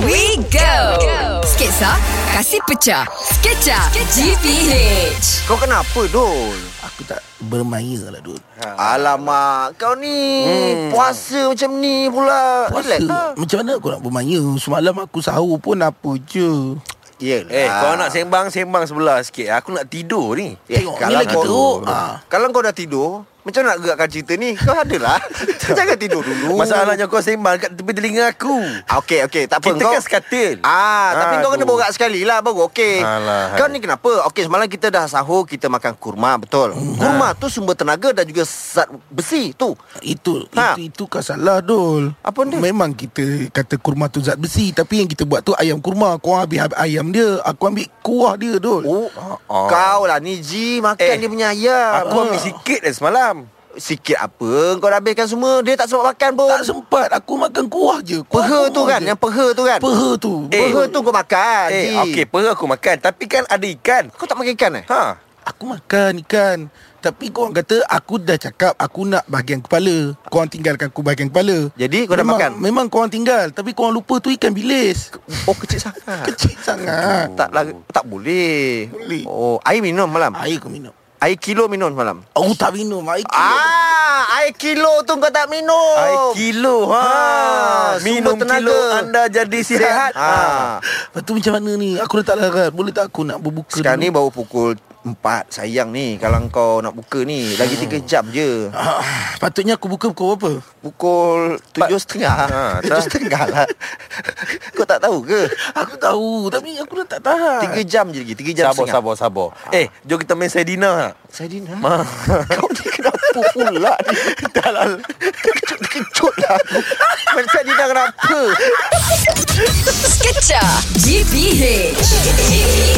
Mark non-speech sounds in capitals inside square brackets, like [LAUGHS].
we go. Sketsa, kasih pecah. Sketcha, GPH. Kau kenapa Dul? Aku tak bermaya lah Dul Alamak Kau ni hmm. Puasa macam ni pula Puasa Relax lah. Macam mana aku nak bermaya Semalam aku sahur pun apa je Yelah Eh, ha. kau nak sembang-sembang sebelah sikit. Aku nak tidur ni. Eh, Tengok ni kalau lagi kau, teruk. Ah. Ah. Kalau kau dah tidur Macam mana nak gerakkan cerita ni Kau adalah Jangan tidur Oh. dulu Masalahnya kau sembang kat tepi telinga aku. Ah, Okey okey tak apa Kita kau kan sekatil. Ah tapi Ah, kau kena aduh. borak sekali lah baru okey. Alah, Kau hai. ni kenapa? Okey semalam kita dah sahur kita makan kurma betul. Kurma tu sumber tenaga dan juga zat besi tu. Itu Ha. ha. itu, itu kan salah Dul Apa dia? Memang kita kata kurma tu zat besi Tapi yang kita buat tu ayam kurma Kau ambil hab- ayam dia Aku ambil kuah dia Dul Oh, ah. kau lah ni Ji makan Eh, dia punya ayam. Aku ambil sikit dah semalam. Sikit apa Kau dah habiskan semua Dia tak sempat makan pun Tak sempat Aku makan kuah je kuah Peha tu kurma kan je. Yang peha tu kan Peha tu Eh. Peha tu kau makan Eh, Ji. okey, pera aku makan. Tapi kan ada ikan. Kau tak makan ikan eh Ha. Aku makan ikan Tapi korang kata Aku dah cakap Aku nak bahagian kepala Korang tinggalkan aku bahagian kepala Jadi, kau dah memang, makan? Memang korang tinggal Tapi korang lupa tu ikan bilis Oh kecil sangat Kecil sangat Tak lah Tak boleh Boleh. Oh Air minum malam Air kau minum Air kilo minum malam Aku tak minum Air kau Ah Air kilo tu kau tak minum Air kilo. Oh. Ha. Ah, Minum sumber tenaga. kilo anda jadi sihat. Ha. Ah. Lepas tu macam mana ni Aku dah tak larat Boleh tak aku nak berbuka Sekarang ni dulu? baru pukul 4 Sayang ni Kalau kau nak buka ni Lagi Hmm. 3 jam je ah, Patutnya aku buka pukul apa Pukul tujuh [LAUGHS] setengah Ah, Ha, Tujuh setengah lah Kau tak tahu ke Aku tahu Tapi aku dah tak tahan Tiga jam je lagi Tiga jam Ah. Sabar, setengah sabar, sabar. Eh, jom kita main ha. Sedina. Saya Dina ha? [LAUGHS] Kau ni kenapa pula ni Dah lah Terkejut-terkejut lah [LAUGHS] Macam Saya Dina kenapa Sketcha, GPH. GPH.